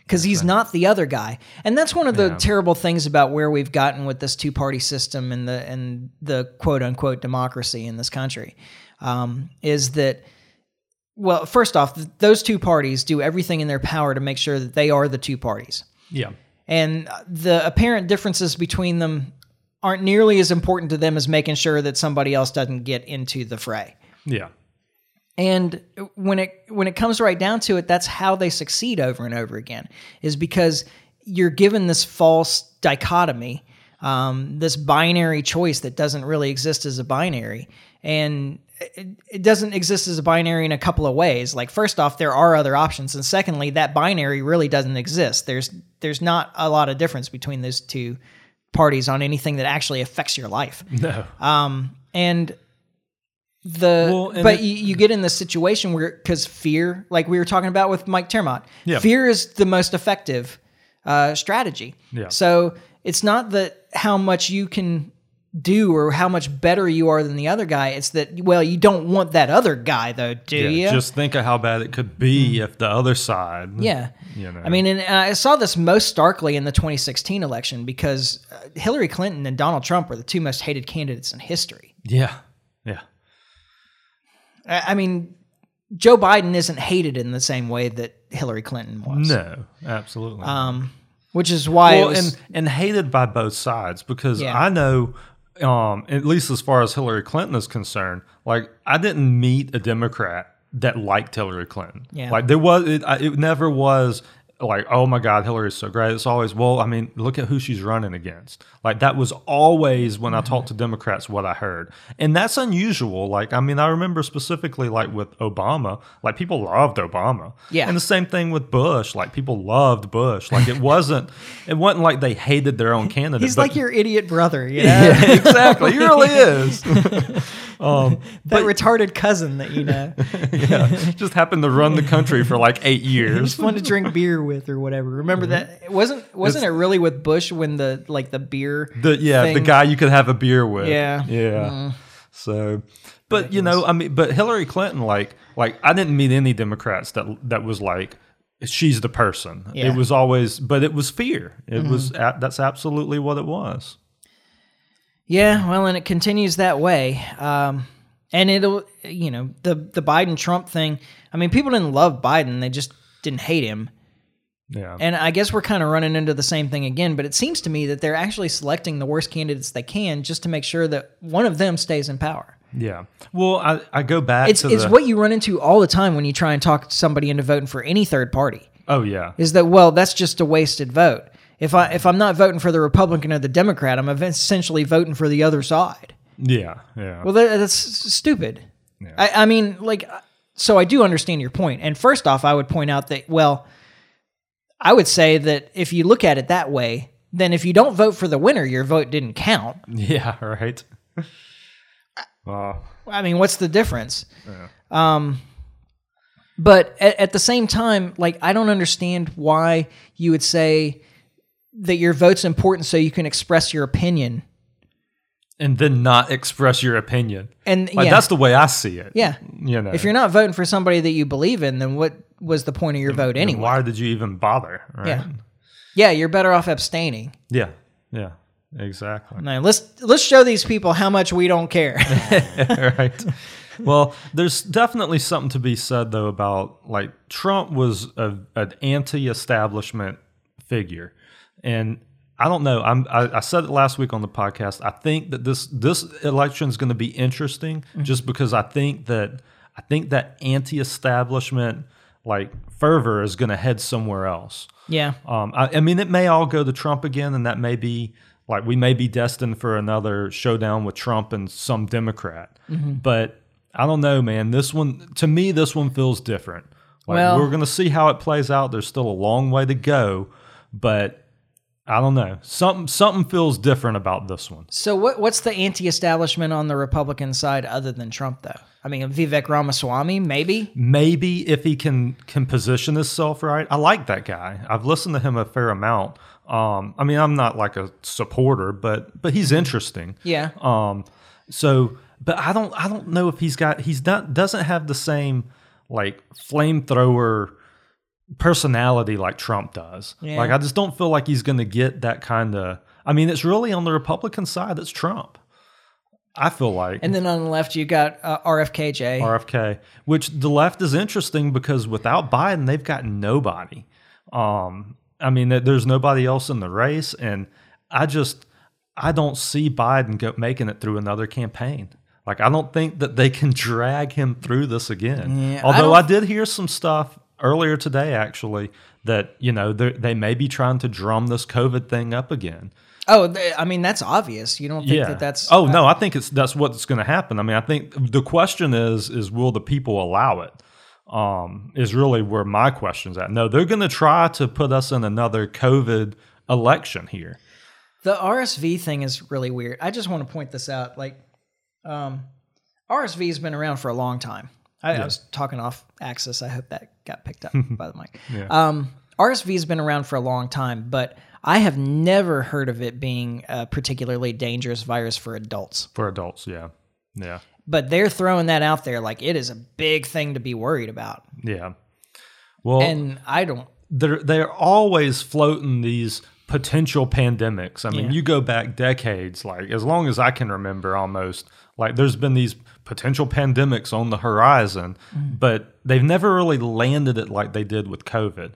A: because he's not the other guy, and that's one of the terrible things about where we've gotten with this two party system and the and the quote unquote democracy in this country um, is that. Well, first off, th- those two parties do everything in their power to make sure that they are the two parties.
B: yeah,
A: and uh, the apparent differences between them aren't nearly as important to them as making sure that somebody else doesn't get into the fray.
B: yeah, [laughs]
A: And when it when it comes right down to it, that's how they succeed over and over again is because you're given this false dichotomy, um, this binary choice that doesn't really exist as a binary, and it, it doesn't exist as a binary in a couple of ways. Like first off, there are other options, and secondly, that binary really doesn't exist. There's there's not a lot of difference between those two parties on anything that actually affects your life
B: no,
A: Uh, and the
B: Well, and
A: but
B: it-
A: you, you get in this situation where because fear like we were talking about with mike termott
B: Yeah.
A: fear is the most effective uh, strategy
B: Yeah.
A: so it's not that how much you can do or how much better you are than the other guy it's that well you don't want that other guy though do
B: yeah.
A: you
B: Just think of how bad it could be if the other side.
A: Mm-hmm. yeah.
B: You know.
A: I mean, and I saw this most starkly in the 2016 election because uh, Hillary Clinton and Donald Trump were the two most hated candidates in history.
B: yeah, yeah,
A: I I mean, Joe Biden isn't hated in the same way that Hillary Clinton was,
B: no, absolutely.
A: um, which is why it
B: well,
A: was-
B: and and hated by both sides because
A: Yeah.
B: I know, um, at least as far as Hillary Clinton is concerned, like I didn't meet a Democrat that liked Hillary Clinton.
A: Yeah.
B: Like there was, it, I- it never was like, oh my God, Hillary's so great. It's always, well, I mean, look at who she's running against. Like that was always when I talked to
A: Mm-hmm.
B: Democrats what I heard, and that's unusual. Like I mean, I remember specifically like with Obama, like people loved Obama.
A: Yeah.
B: And the same thing with Bush. Like people loved Bush. Like it
A: [laughs]
B: wasn't it wasn't like they hated their own candidate.
A: he's
B: but-
A: like your idiot brother, you know,
B: [laughs] Yeah, [laughs] exactly. He really
A: [laughs]
B: is.
A: that retarded cousin that you know
B: Yeah. [laughs] Just happened to run the country for like
A: [laughs]
B: eight years.
A: just wanted to
B: [laughs]
A: drink beer with or whatever. Remember that? It wasn't wasn't it really with Bush when the like the beer?
B: The yeah, the
A: thing-
B: guy you could have a beer with.
A: Yeah. Mm.
B: Yeah. So but you know, I mean but Hillary Clinton, like like I didn't meet any Democrats that that was like she's the person.
A: Yeah. Mm-hmm.
B: It was always but it was fear. It was a- that's absolutely what it was.
A: Yeah, well, and it continues that way. Um, and it'll, you know, the the Biden Trump thing. I mean, people didn't love Biden; they just didn't hate him.
B: Yeah.
A: And I guess we're kind of running into the same thing again, but it seems to me that they're actually selecting the worst candidates they can just to make sure that one of them stays in power.
B: Yeah. Well, I, I go back
A: It's
B: to
A: it's
B: the,
A: what you run into all the time when you try and talk somebody into voting for any third party.
B: Oh yeah.
A: Is that well, that's just a wasted vote. If I if I'm not voting for the Republican or the Democrat, I'm essentially voting for the other side.
B: Yeah. Yeah.
A: Well, that, that's stupid. I, I mean, like, uh, so I do understand your point. And first off, I would point out that, well, I would say that if you look at it that way, then if you don't vote for the winner, your vote didn't count.
B: [laughs] yeah,
A: [laughs]
B: right. Wow.
A: I mean, what's the difference? Um, but at, at the same time, like, I don't understand why you would say that your vote's important so you can express your opinion.
B: and then not express your opinion.
A: And
B: Like
A: yeah,
B: that's the way I see it.
A: yeah.
B: You know.
A: If you're not voting for somebody that you believe in, then what was the point of your vote anyway?
B: why did you even bother? Right?
A: Yeah. Yeah, you're better off abstaining.
B: Yeah. Yeah. Exactly.
A: Now, let's let's show these people how much we don't care. [laughs]
B: [laughs] right. Well, there's definitely something to be said though about like Trump was a, an anti-establishment figure, and I don't know. I'm, I, I said it last week on the podcast. I think that this this election is going to be interesting just because I think that I think that anti-establishment like fervor is going to head somewhere else.
A: yeah.
B: Um, I, I mean, it may all go to Trump again, and that may be like we may be destined for another showdown with Trump and some Democrat. But I don't know, man. This one, to me, this one feels different. Like
A: Well-
B: we're going to see how it plays out. There's still a long way to go, but I don't know. Something something feels different about this one.
A: So what what's the anti-establishment on the Republican side other than Trump though? I mean, Vivek Ramaswamy maybe.
B: Maybe if he can can position himself right. I like that guy. I've listened to him a fair amount. Um, I mean, I'm not like a supporter, but but he's interesting.
A: Yeah.
B: Um, so, but I don't I don't know if he's got he's not doesn't have the same like flamethrower personality like Trump does.
A: Yeah.
B: Like I just don't feel like he's going to get that kind of. I mean, it's really on the Republican side that's Trump. I feel like
A: And then on the left you got uh, RFKJ.
B: RFK, which the left is interesting because without Biden, they've got nobody. Um, I mean, there- there's nobody else in the race, and I just I don't see Biden go, making it through another campaign. Like I don't think that they can drag him through this again.
A: Yeah, I
B: Although
A: don't-
B: I, did hear some stuff earlier today, actually, that you know they're- they may be trying to drum this COVID thing up again.
A: oh, th- I mean that's obvious. You don't think that that's
B: Oh no, I think it's that's what's going to happen. I mean, I think the question is is will the people allow it? Um, is really where my question's at. No, they're going to try to put us in another COVID election here.
A: The RSV thing is really weird. I just want to point this out. Like, um, RSV has been around for a long time. I, I was talking off axis. I hope that got picked up by the mic. Um, RSV has been around for a long time, but I have never heard of it being a particularly dangerous virus for adults.
B: For adults, yeah. Yeah.
A: But they're throwing that out there like it is a big thing to be worried about.
B: Yeah. Well,
A: And I don't.
B: they're they're always floating these potential pandemics. I mean, you go back decades, like as long as I can remember, almost like there's been these potential pandemics on the horizon, but they've never really landed it like they did with COVID.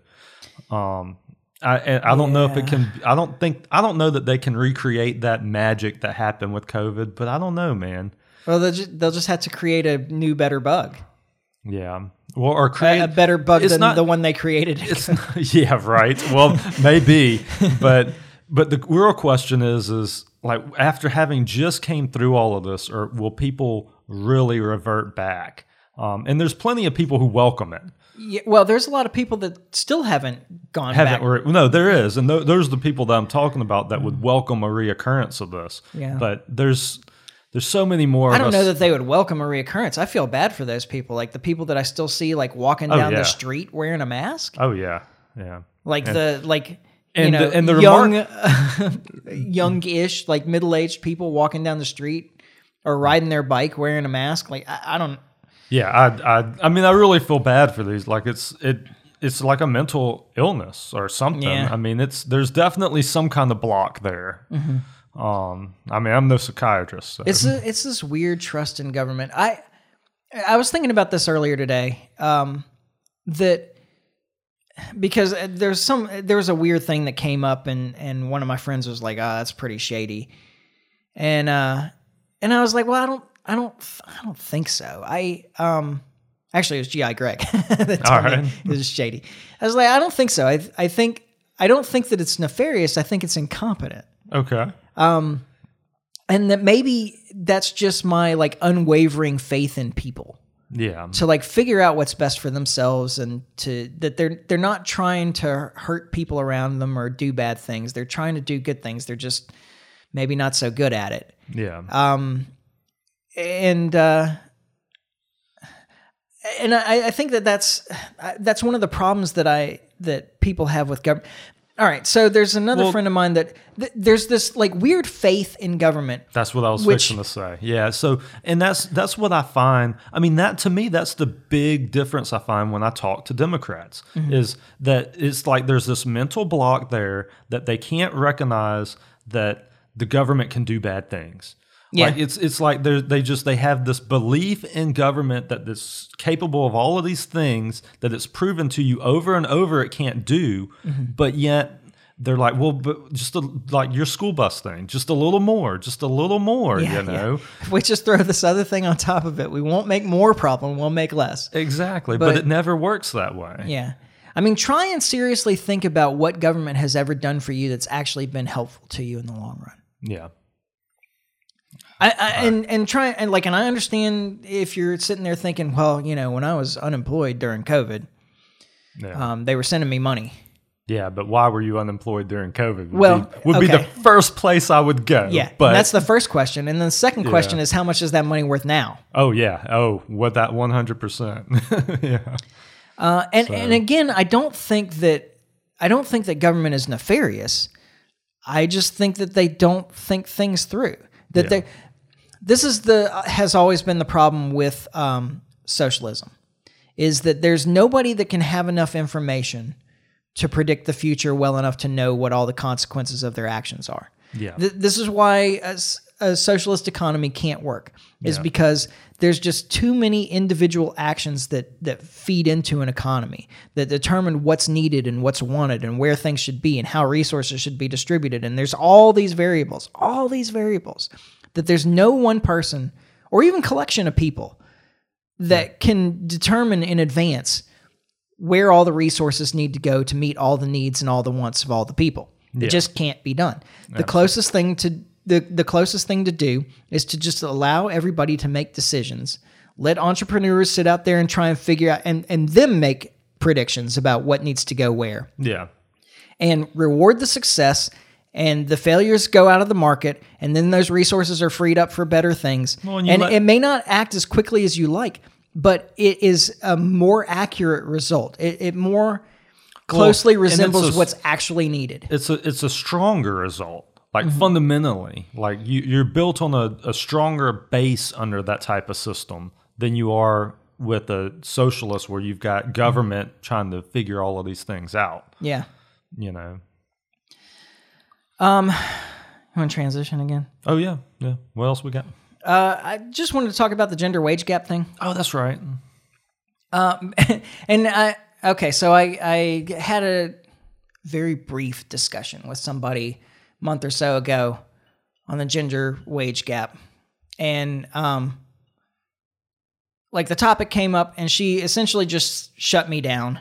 B: Um, I and I don't know if it can. I don't think I don't know that they can recreate that magic that happened with COVID, but I don't know, man.
A: Well, they'll just, they'll just have to create a new, better bug.
B: Yeah. Well, or create
A: A, a better bug
B: It's
A: than
B: not-
A: the one they created. [laughs]
B: It's not, [laughs] yeah, right. Well, maybe, but but the real question is is like after having just came through all of this, or will people really revert back? Um, and there's plenty of people who welcome it.
A: Yeah, well, there's a lot of people that still haven't gone
B: Haven't
A: back. Mm.
B: re- no, there is, and th- there's the people that I'm talking about that would welcome a reoccurrence of this.
A: Yeah.
B: But there's there's so many more.
A: I
B: of
A: don't
B: us-
A: know that they would welcome a reoccurrence. I feel bad for those people, like the people that I still see like walking down
B: Oh, yeah.
A: the street wearing a mask,
B: oh yeah, yeah.
A: like the like you
B: And
A: know
B: the- and the
A: young, [laughs] youngish, like middle aged people walking down the street or riding their bike wearing a mask. Like I, I don't.
B: Yeah, I, I, I mean, I really feel bad for these. Like it's it, it's like a mental illness or something.
A: Yeah.
B: I mean, it's there's definitely some kind of block there. Um, I mean, I'm no psychiatrist. So.
A: Mm-hmm. It's a, it's this weird trust in government. I I was thinking about this earlier today. Um, that because there's some there was a weird thing that came up and and one of my friends was like, "Ah, that's pretty shady," and uh, and I was like, "Well, I don't I don't I don't think so." I um. Actually, it was GI Greg [laughs] that told
B: All right.
A: me it was shady. I was like, I don't think so. I, I think I don't think that it's nefarious. I think it's incompetent
B: okay.
A: Um, and that maybe that's just my like unwavering faith in people
B: Yeah.
A: to like figure out what's best for themselves and to that they're they're not trying to hurt people around them or do bad things they're trying to do good things they're just maybe not so good at it
B: Yeah.
A: um and uh and i i think that that's I- that's one of the problems that i that people have with government all right so there's another friend of mine that th- there's this like weird faith in government
B: That's what I was
A: Which-
B: fixing to say. Yeah. So, and that's that's what I find. I mean, that to me, that's the big difference I find when I talk to Democrats is that it's like there's this mental block there that they can't recognize that the government can do bad things.
A: Yeah.
B: Like it's it's like they they just they have this belief in government that it's capable of all of these things that it's proven to you over and over it can't do, but yet they're like, well, but just a, like your school bus thing, just a little more, just a little more,
A: [laughs] Yeah,
B: you know.
A: yeah. If we just throw this other thing on top of it, we won't make more problem, we'll make less.
B: Exactly, but,
A: But-
B: it never works that way.
A: Yeah. I mean, try and seriously think about what government has ever done for you that's actually been helpful to you in the long run.
B: Yeah,
A: I, I and and try and like and I understand if you're sitting there thinking, well, you know, when I was unemployed during COVID,
B: yeah,
A: um, they were sending me money.
B: Yeah, but why were you unemployed during COVID? Would
A: Well,
B: be, would be the
A: okay.
B: first place I would go.
A: Yeah, and
B: Oh, but
A: that's the first question, and then the second question is how much is that money worth now?
B: oh yeah, oh what that one hundred percent. [laughs] Yeah,
A: Uh, and and again, I don't think that I don't think that government is nefarious. I just think that they don't think things through. That they this is the has always been the problem with um, socialism is that there's nobody that can have enough information to predict the future well enough to know what all the consequences of their actions are.
B: Yeah.
A: Th- this is why a, s- a socialist economy can't work is because there's just too many individual actions that that feed into an economy that determine what's needed and what's wanted and where things should be and how resources should be distributed and there's all these variables, all these variables that there's no one person or even collection of people that can determine in advance where all the resources need to go to meet all the needs and all the wants of all the people. It just can't be done. The closest thing to the, the closest thing to do is to just allow everybody to make decisions. Let entrepreneurs sit out there and try and figure out and, and them make predictions about what needs to go where
B: yeah,
A: and reward the success and the failures go out of the market and then those resources are freed up for better things
B: and
A: and,
B: you let-
A: it may not act as quickly as you like but it is a more accurate result it, it more closely
B: and it's
A: resembles
B: a-
A: what's actually needed
B: it's a it's a stronger result. Like
A: Mm-hmm.
B: fundamentally, like you, you're built on a, a stronger base under that type of system than you are with a socialist, where you've
A: Mm-hmm.
B: got government trying to figure all of these things out.
A: yeah
B: You know.
A: you want to transition again
B: Oh yeah, yeah. What else we got?
A: i just wanted to talk about the gender wage gap thing
B: Oh, that's right.
A: [laughs] and I okay, so I I had a very brief discussion with somebody a month or so ago on the gender wage gap, and um, like the topic came up, and she essentially just shut me down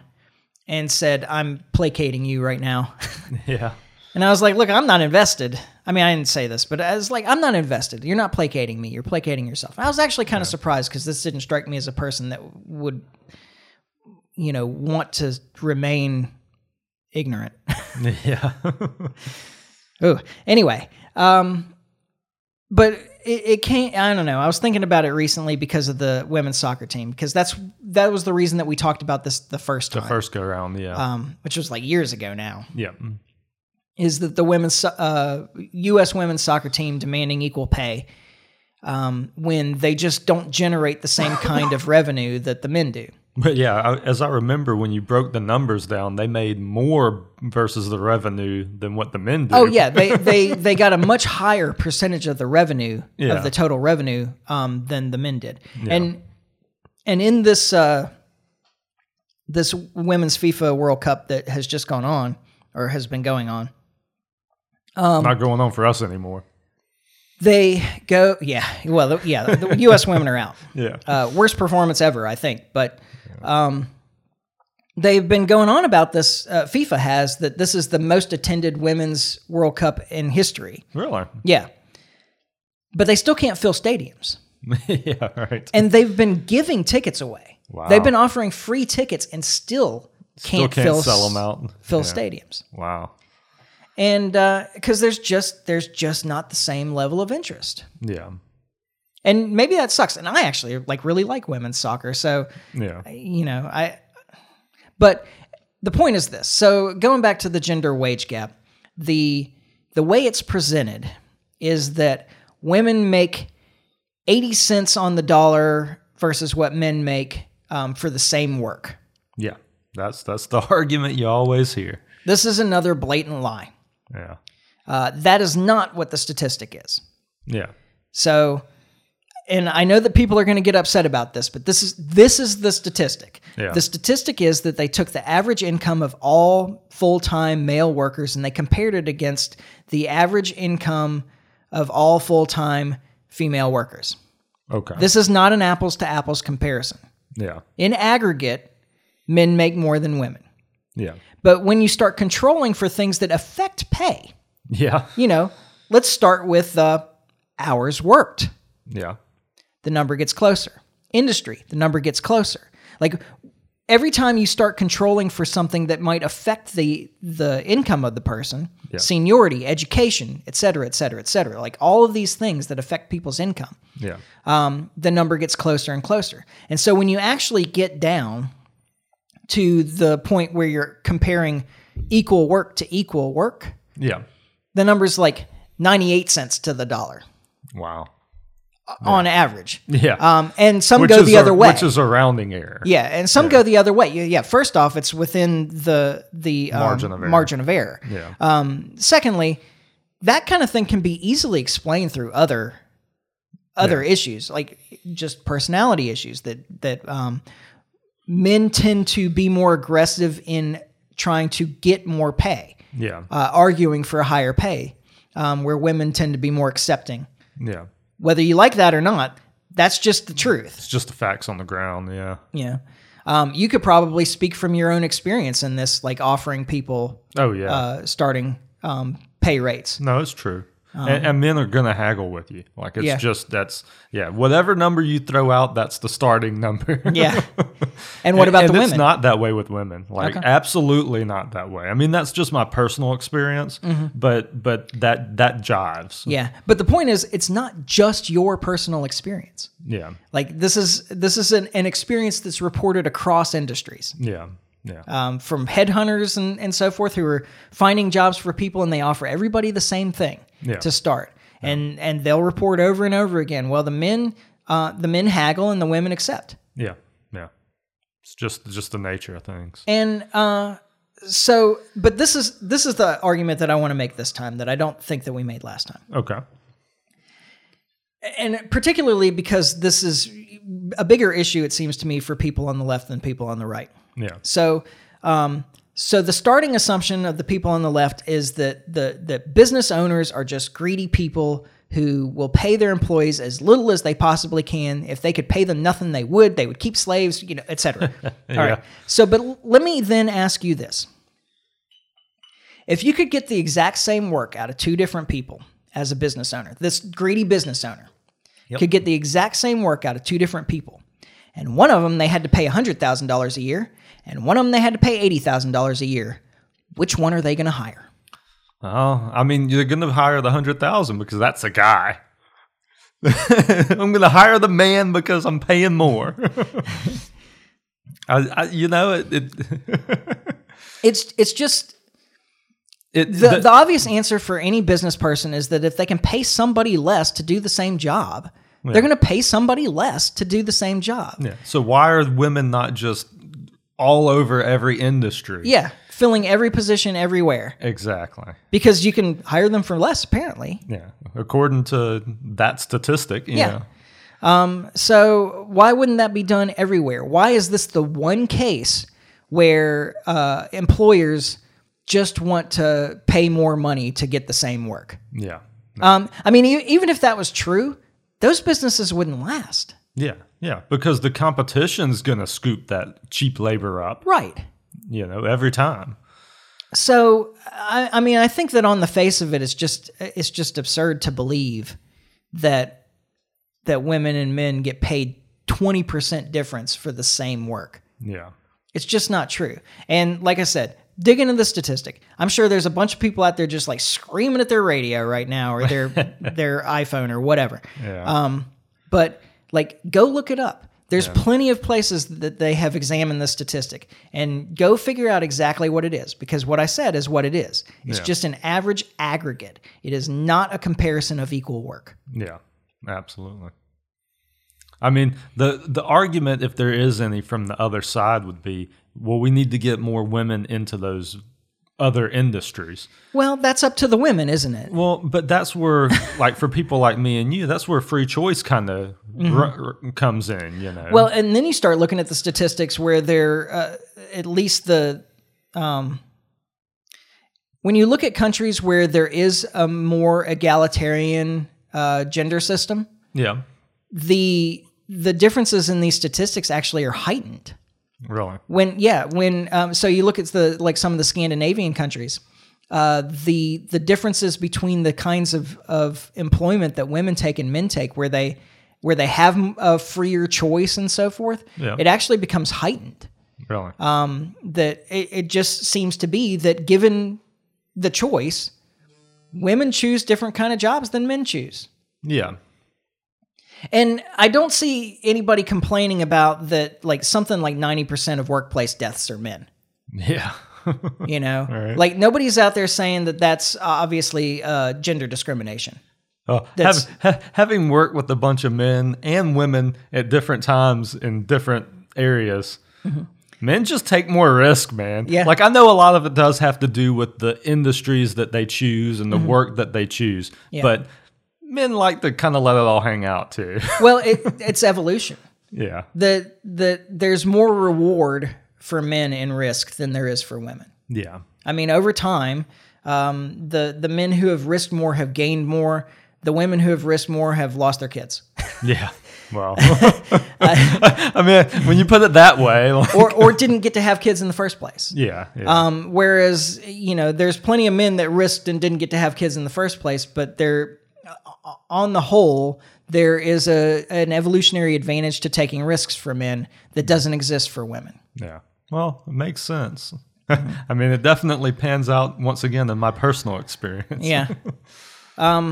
A: and said, "I'm placating you right now." [laughs]
B: Yeah.
A: And I was like, look, I'm not invested. I mean, I didn't say this, but I was like, I'm not invested. You're not placating me. You're placating yourself. And I was actually kind of surprised because this didn't strike me as a person that would, you know, want to remain ignorant. [laughs]
B: Yeah.
A: Ooh. Anyway, um, but it, it can't. I don't know. I was thinking about it recently because of the women's soccer team because that's that was the reason that we talked about this the first time,
B: First go round. Yeah.
A: um, which was like years ago now.
B: yeah.
A: is that the women's so- uh, U.S. women's soccer team demanding equal pay um, when they just don't generate the same kind of revenue that the men do.
B: But yeah, I, as I remember, when you broke the numbers down, they made more versus the revenue than what the men do.
A: Oh yeah, they they they got a much higher percentage of the revenue
B: Yeah.
A: of the total revenue um, than the men did, and and in this uh, this women's FIFA World Cup that has just gone on or has been going on,
B: Not going on for us anymore.
A: they go yeah well the- yeah the U.S. women are out.
B: Yeah.
A: uh, worst performance ever, I think. But um, they've been going on about this. Uh, FIFA has that this is the most attended women's World Cup in history.
B: really? [laughs]
A: Yeah, but they still can't fill stadiums,
B: yeah. Right.
A: and they've been giving tickets away.
B: Wow.
A: They've been offering free tickets and still
B: Still
A: can't,
B: can't
A: fill
B: sell
A: s-
B: them out.
A: Fill
B: Yeah.
A: stadiums,
B: Wow.
A: and because there's just there's just not the same level of interest.
B: Yeah.
A: And maybe that sucks. And I actually like really like women's soccer, so
B: Yeah.
A: you know, I but the point is this. So going back to the gender wage gap, the the way it's presented is that women make 80 cents on the dollar versus what men make um, for the same work.
B: Yeah. That's that's the [laughs] argument you always hear.
A: This is another blatant lie.
B: Yeah.
A: Uh, that is not what the statistic is.
B: Yeah.
A: So, and I know that people are going to get upset about this, but this is this is the statistic.
B: Yeah.
A: The statistic is that they took the average income of all full-time male workers and they compared it against the average income of all full-time female workers.
B: Okay.
A: This is not an apples to apples comparison.
B: yeah.
A: In aggregate, men make more than women.
B: Yeah.
A: But when you start controlling for things that affect pay,
B: Yeah.
A: you know, let's start with uh, hours worked.
B: Yeah.
A: the number gets closer. Industry, the number gets closer. Like every time you start controlling for something that might affect the the income of the person
B: Yeah.
A: seniority education et cetera et cetera et cetera like all of these things that affect people's income
B: Yeah.
A: um, the number gets closer and closer and so when you actually get down to the point where you're comparing equal work to equal work
B: Yeah.
A: the number's like 98 cents to the dollar
B: Wow.
A: on average
B: Yeah.
A: um, and some
B: Which
A: go
B: is
A: the
B: a-
A: other way
B: Which is a rounding error.
A: Yeah, and some go the other way. Yeah, yeah, first off, it's within the the um,
B: Margin of error.
A: margin of error.
B: Yeah.
A: Um, secondly, that kind of thing can be easily explained through other other issues, like just personality issues that that um, men tend to be more aggressive in trying to get more pay,
B: yeah.
A: uh, arguing for higher pay, um, where women tend to be more accepting.
B: Yeah.
A: Whether you like that or not, that's just the truth.
B: It's just the facts on the ground. Yeah.
A: Yeah. Um, you could probably speak from your own experience in this, like offering people
B: Oh yeah.
A: uh, starting um, pay rates.
B: no, it's true. and, and men are gonna haggle with you. Like it's
A: um, Yeah.
B: just that's yeah. Whatever number you throw out, that's the starting number. [laughs]
A: Yeah. And what about
B: and
A: the
B: It's
A: women?
B: not that way with women. Like absolutely not that way. I mean, that's just my personal experience.
A: Mm-hmm.
B: But but that that jives.
A: yeah. But the point is, it's not just your personal experience.
B: Yeah.
A: Like this is this is an, an experience that's reported across industries,
B: Yeah. Yeah.
A: um, from headhunters and, and so forth who are finding jobs for people, and they offer everybody the same thing
B: Yeah.
A: to start, and and they'll report over and over again. Well, the men uh, the men haggle and the women accept.
B: yeah. Yeah. It's just just the nature of things.
A: And uh, so, but this is this is the argument that I want to make this time that I don't think that we made last time,
B: Okay.
A: and particularly because this is a bigger issue it seems to me for people on the left than people on the right.
B: Yeah.
A: So, um, so the starting assumption of the people on the left is that the that business owners are just greedy people who will pay their employees as little as they possibly can. If they could pay them nothing, they would. They would keep slaves, you know, et cetera. All right.
B: Yeah.
A: So, but l- let me then ask you this: If you could get the exact same work out of two different people as a business owner, this greedy business owner could get the exact same work out of two different people. And one of them they had to pay $100,000 a year, and one of them they had to pay $80,000 a year. Which one are they going to hire?
B: Oh, I mean, you're going to hire the 100,000 because that's
A: [laughs]
B: a guy. I'm going to hire the man because I'm paying more. I, I, you know, it, it,
A: It's it's just
B: it
A: the, the obvious answer for any business person is that if they can pay somebody less to do the same job, they're going to pay somebody less to do the same job. Yeah.
B: yeah. So why are women not just all over every industry?
A: filling every position everywhere
B: Exactly.
A: because you can hire them for less apparently.
B: Yeah. According to that statistic, you
A: Yeah.
B: know.
A: So why wouldn't that be done everywhere? Why is this the one case where uh, employers just want to pay more money to get the same work?
B: Yeah.
A: Um, I mean, e- even if that was true, those businesses wouldn't last,
B: Yeah. Yeah. Because the competition's going to scoop that cheap labor up,
A: right?
B: you know, every time.
A: So I, I mean, I think that on the face of it, it's just it's just absurd to believe that that women and men get paid twenty percent difference for the same work.
B: Yeah.
A: It's just not true. And like I said, dig into the statistic. I'm sure there's a bunch of people out there just like screaming at their radio right now or
B: [laughs]
A: their their iPhone or whatever.
B: Yeah.
A: Um, but like, go look it up. There's plenty of places that they have examined this statistic, and go figure out exactly what it is because what I said is what it is. It's
B: Yeah.
A: just an average aggregate. It is not a comparison of equal work.
B: Yeah, absolutely. I mean, the the argument, if there is any, from the other side would be, well, we need to get more women into those other industries.
A: Well, that's up to the women, isn't it?
B: Well, but that's where, like, for people like me and you, that's where free choice kind of r- r- comes in. You know.
A: Well, and then you start looking at the statistics where they're uh, at least the um, when you look at countries where there is a more egalitarian uh, gender system,
B: yeah.
A: the the differences in these statistics actually are heightened.
B: Really.
A: When yeah, when um, so you look at the like some of the Scandinavian countries, uh, the the differences between the kinds of of employment that women take and men take, where they where they have m- a freer choice and so forth,
B: Yeah.
A: it actually becomes heightened.
B: Really?
A: Um, that it, it just seems to be that given the choice, women choose different kind of jobs than men choose.
B: yeah. [laughs]
A: And I don't see anybody complaining about that, like something like 90% of workplace deaths are men,
B: Yeah.
A: you know?
B: right.
A: Like nobody's out there saying that that's obviously uh, gender discrimination.
B: Oh,
A: That's-
B: hav- ha- having worked with a bunch of men and women at different times in different areas, men just take more risk, man.
A: Mm-hmm. Yeah.
B: Like I know a lot of it does have to do with the industries that they choose and the work that they choose,
A: Mm-hmm. Yeah.
B: but men like to kind of let it all hang out too. [laughs]
A: Well, it, [laughs] it's evolution.
B: yeah.
A: The, the, there's more reward for men in risk than there is for women.
B: Yeah.
A: I mean, over time, um, the, the men who have risked more have gained more. The women who have risked more have lost their kids.
B: Yeah.
A: [laughs]
B: Well, [laughs] I mean, when you put it that way,
A: [laughs]
B: like,
A: or, or didn't get to have kids in the first place.
B: yeah, yeah.
A: Um, whereas, you know, there's plenty of men that risked and didn't get to have kids in the first place, but they're uh, on the whole, there is a an evolutionary advantage to taking risks for men that doesn't exist for women.
B: Yeah. Well, it makes [laughs] sense. I mean, it definitely pans out once again in my personal experience.
A: Yeah. um,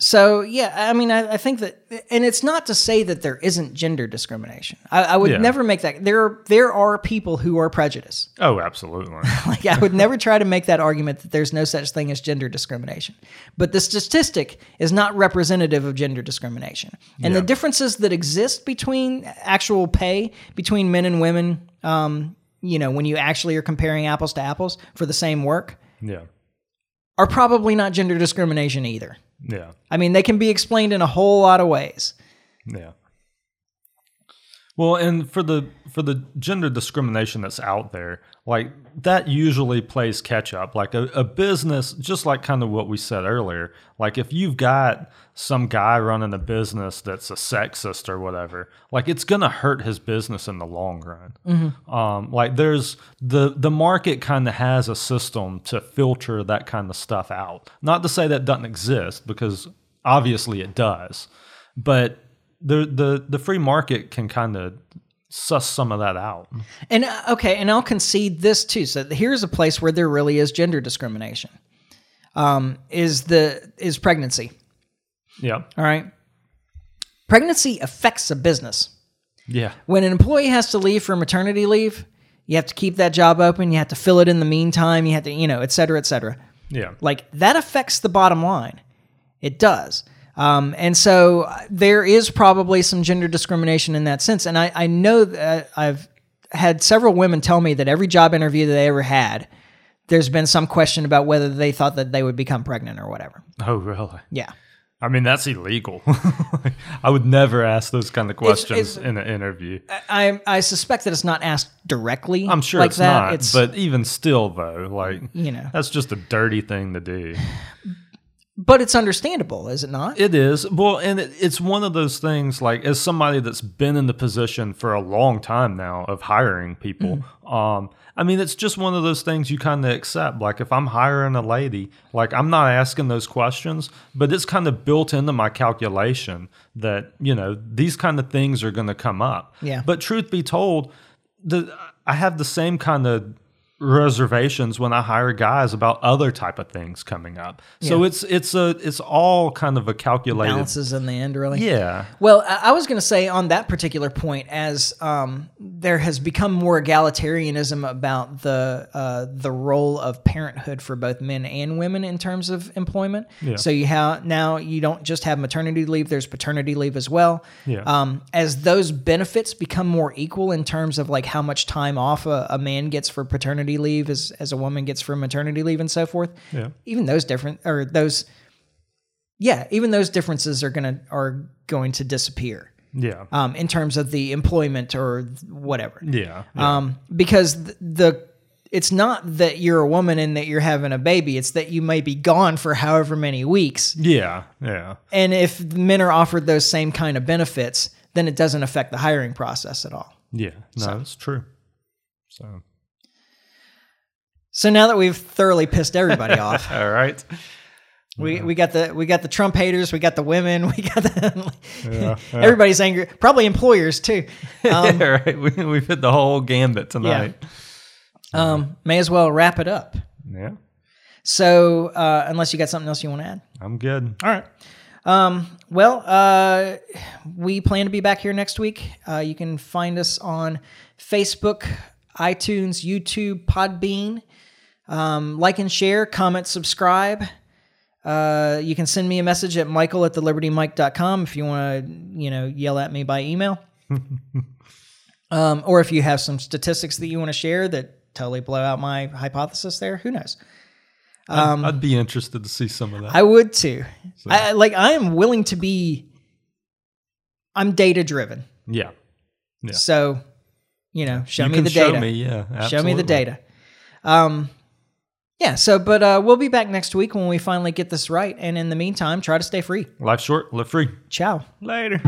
A: so yeah, I mean, I, I think that, and it's not to say that there isn't gender discrimination. I, I would
B: Yeah.
A: never make that. There, are- there are people who are prejudiced.
B: Oh, absolutely. [laughs]
A: Like I would never try to make that argument that there's no such thing as gender discrimination. But the statistic is not representative of gender discrimination. And the differences that exist between actual pay between men and women, um, you know, when you actually are comparing apples to apples for the same work,
B: yeah.
A: are probably not gender discrimination either.
B: Yeah.
A: I mean, they can be explained in a whole lot of ways.
B: Yeah. Well, and for the for the gender discrimination that's out there, like that usually plays catch up. Like a, a business, just like kind of what we said earlier, like if you've got some guy running a business that's a sexist or whatever, like it's gonna hurt his business in the long run. Um, like there's the the market kind of has a system to filter that kind of stuff out. Not to say that doesn't exist, because obviously it does, but the the the free market can kind of suss some of that out.
A: And uh, okay, and I'll concede this too. So here's a place where there really is gender discrimination. Um, is the is pregnancy.
B: Yeah,
A: All right. Pregnancy affects a business.
B: yeah,
A: When an employee has to leave for maternity leave, you have to keep that job open. You have to fill it in the meantime. You have to, you know, et cetera, et cetera.
B: yeah,
A: Like that affects the bottom line. It does. Um, and so uh, there is probably some gender discrimination in that sense. And I, I know that I've had several women tell me that every job interview that they ever had, there's been some question about whether they thought that they would become pregnant or whatever.
B: Oh, really?
A: Yeah.
B: I mean, that's illegal. [laughs] I would never ask those kind of
A: it's-
B: questions in an interview.
A: I I suspect that it's not asked directly.
B: I'm sure
A: Uh, like
B: it's
A: that.
B: not,
A: It's
B: but even still, though, like
A: you know,
B: that's just a dirty thing to do.
A: but it's understandable, is it not?
B: It is. Well, and it, it's one of those things like as somebody that's been in the position for a long time now of hiring people. Um I mean, it's just one of those things you kind of accept. Like if I'm hiring a lady, like I'm not asking those questions, but it's kind of built into my calculation that, you know, these kind of things are going to come up.
A: Yeah.
B: But truth be told, the I have the same kind of reservations when I hire guys about other type of things coming up. So it's it's a it's all kind of a calculated.
A: Balances in the end, really.
B: Yeah.
A: Well, I I was going to say on that particular point, as um, there has become more egalitarianism about the uh, the role of parenthood for both men and women in terms of employment.
B: Yeah.
A: So you ha- now you don't just have maternity leave; there's paternity leave as well.
B: Yeah.
A: Um, as those benefits become more equal in terms of like how much time off a, a man gets for paternity leave as as a woman gets for maternity leave and so forth.
B: Yeah.
A: Even those different or those yeah, even those differences are gonna are going to disappear
B: Yeah.
A: um, in terms of the employment or whatever.
B: yeah.
A: Um, because th- the it's not that you're a woman and that you're having a baby; it's that you may be gone for however many weeks.
B: yeah. Yeah.
A: And if men are offered those same kind of benefits, then it doesn't affect the hiring process at all.
B: Yeah. No, it's true. So
A: So now that we've thoroughly pissed everybody off,
B: all right. [laughs]
A: We, we got the we got the Trump haters, we got the women, [laughs] we got the everybody's angry. Probably employers too. Um,
B: yeah, right. We, we've hit the whole gambit tonight.
A: um, may as well wrap it up.
B: Yeah,
A: So uh, unless you got something else you want to add,
B: I'm good.
A: all right. Um, well, uh, we plan to be back here next week. Uh, you can find us on Facebook, iTunes, YouTube, Podbean. Um, like and share, comment, subscribe. Uh, you can send me a message at michael at thelibertymike.com if you want to, you know, yell at me by email. um, or if you have some statistics that you want to share that totally blow out my hypothesis there, who knows?
B: I'd be interested to see some of that.
A: Um, I would too. I, I- like I am willing to be. I'm data driven,
B: yeah, Yeah.
A: so you know, show
B: you
A: me
B: can
A: the
B: show
A: data.
B: me. Yeah,
A: show me
B: absolutely.
A: the data. Um, yeah. So, but uh, we'll be back next week when we finally get this right. And in the meantime, try to stay free.
B: Life short, live free.
A: Ciao.
B: Later.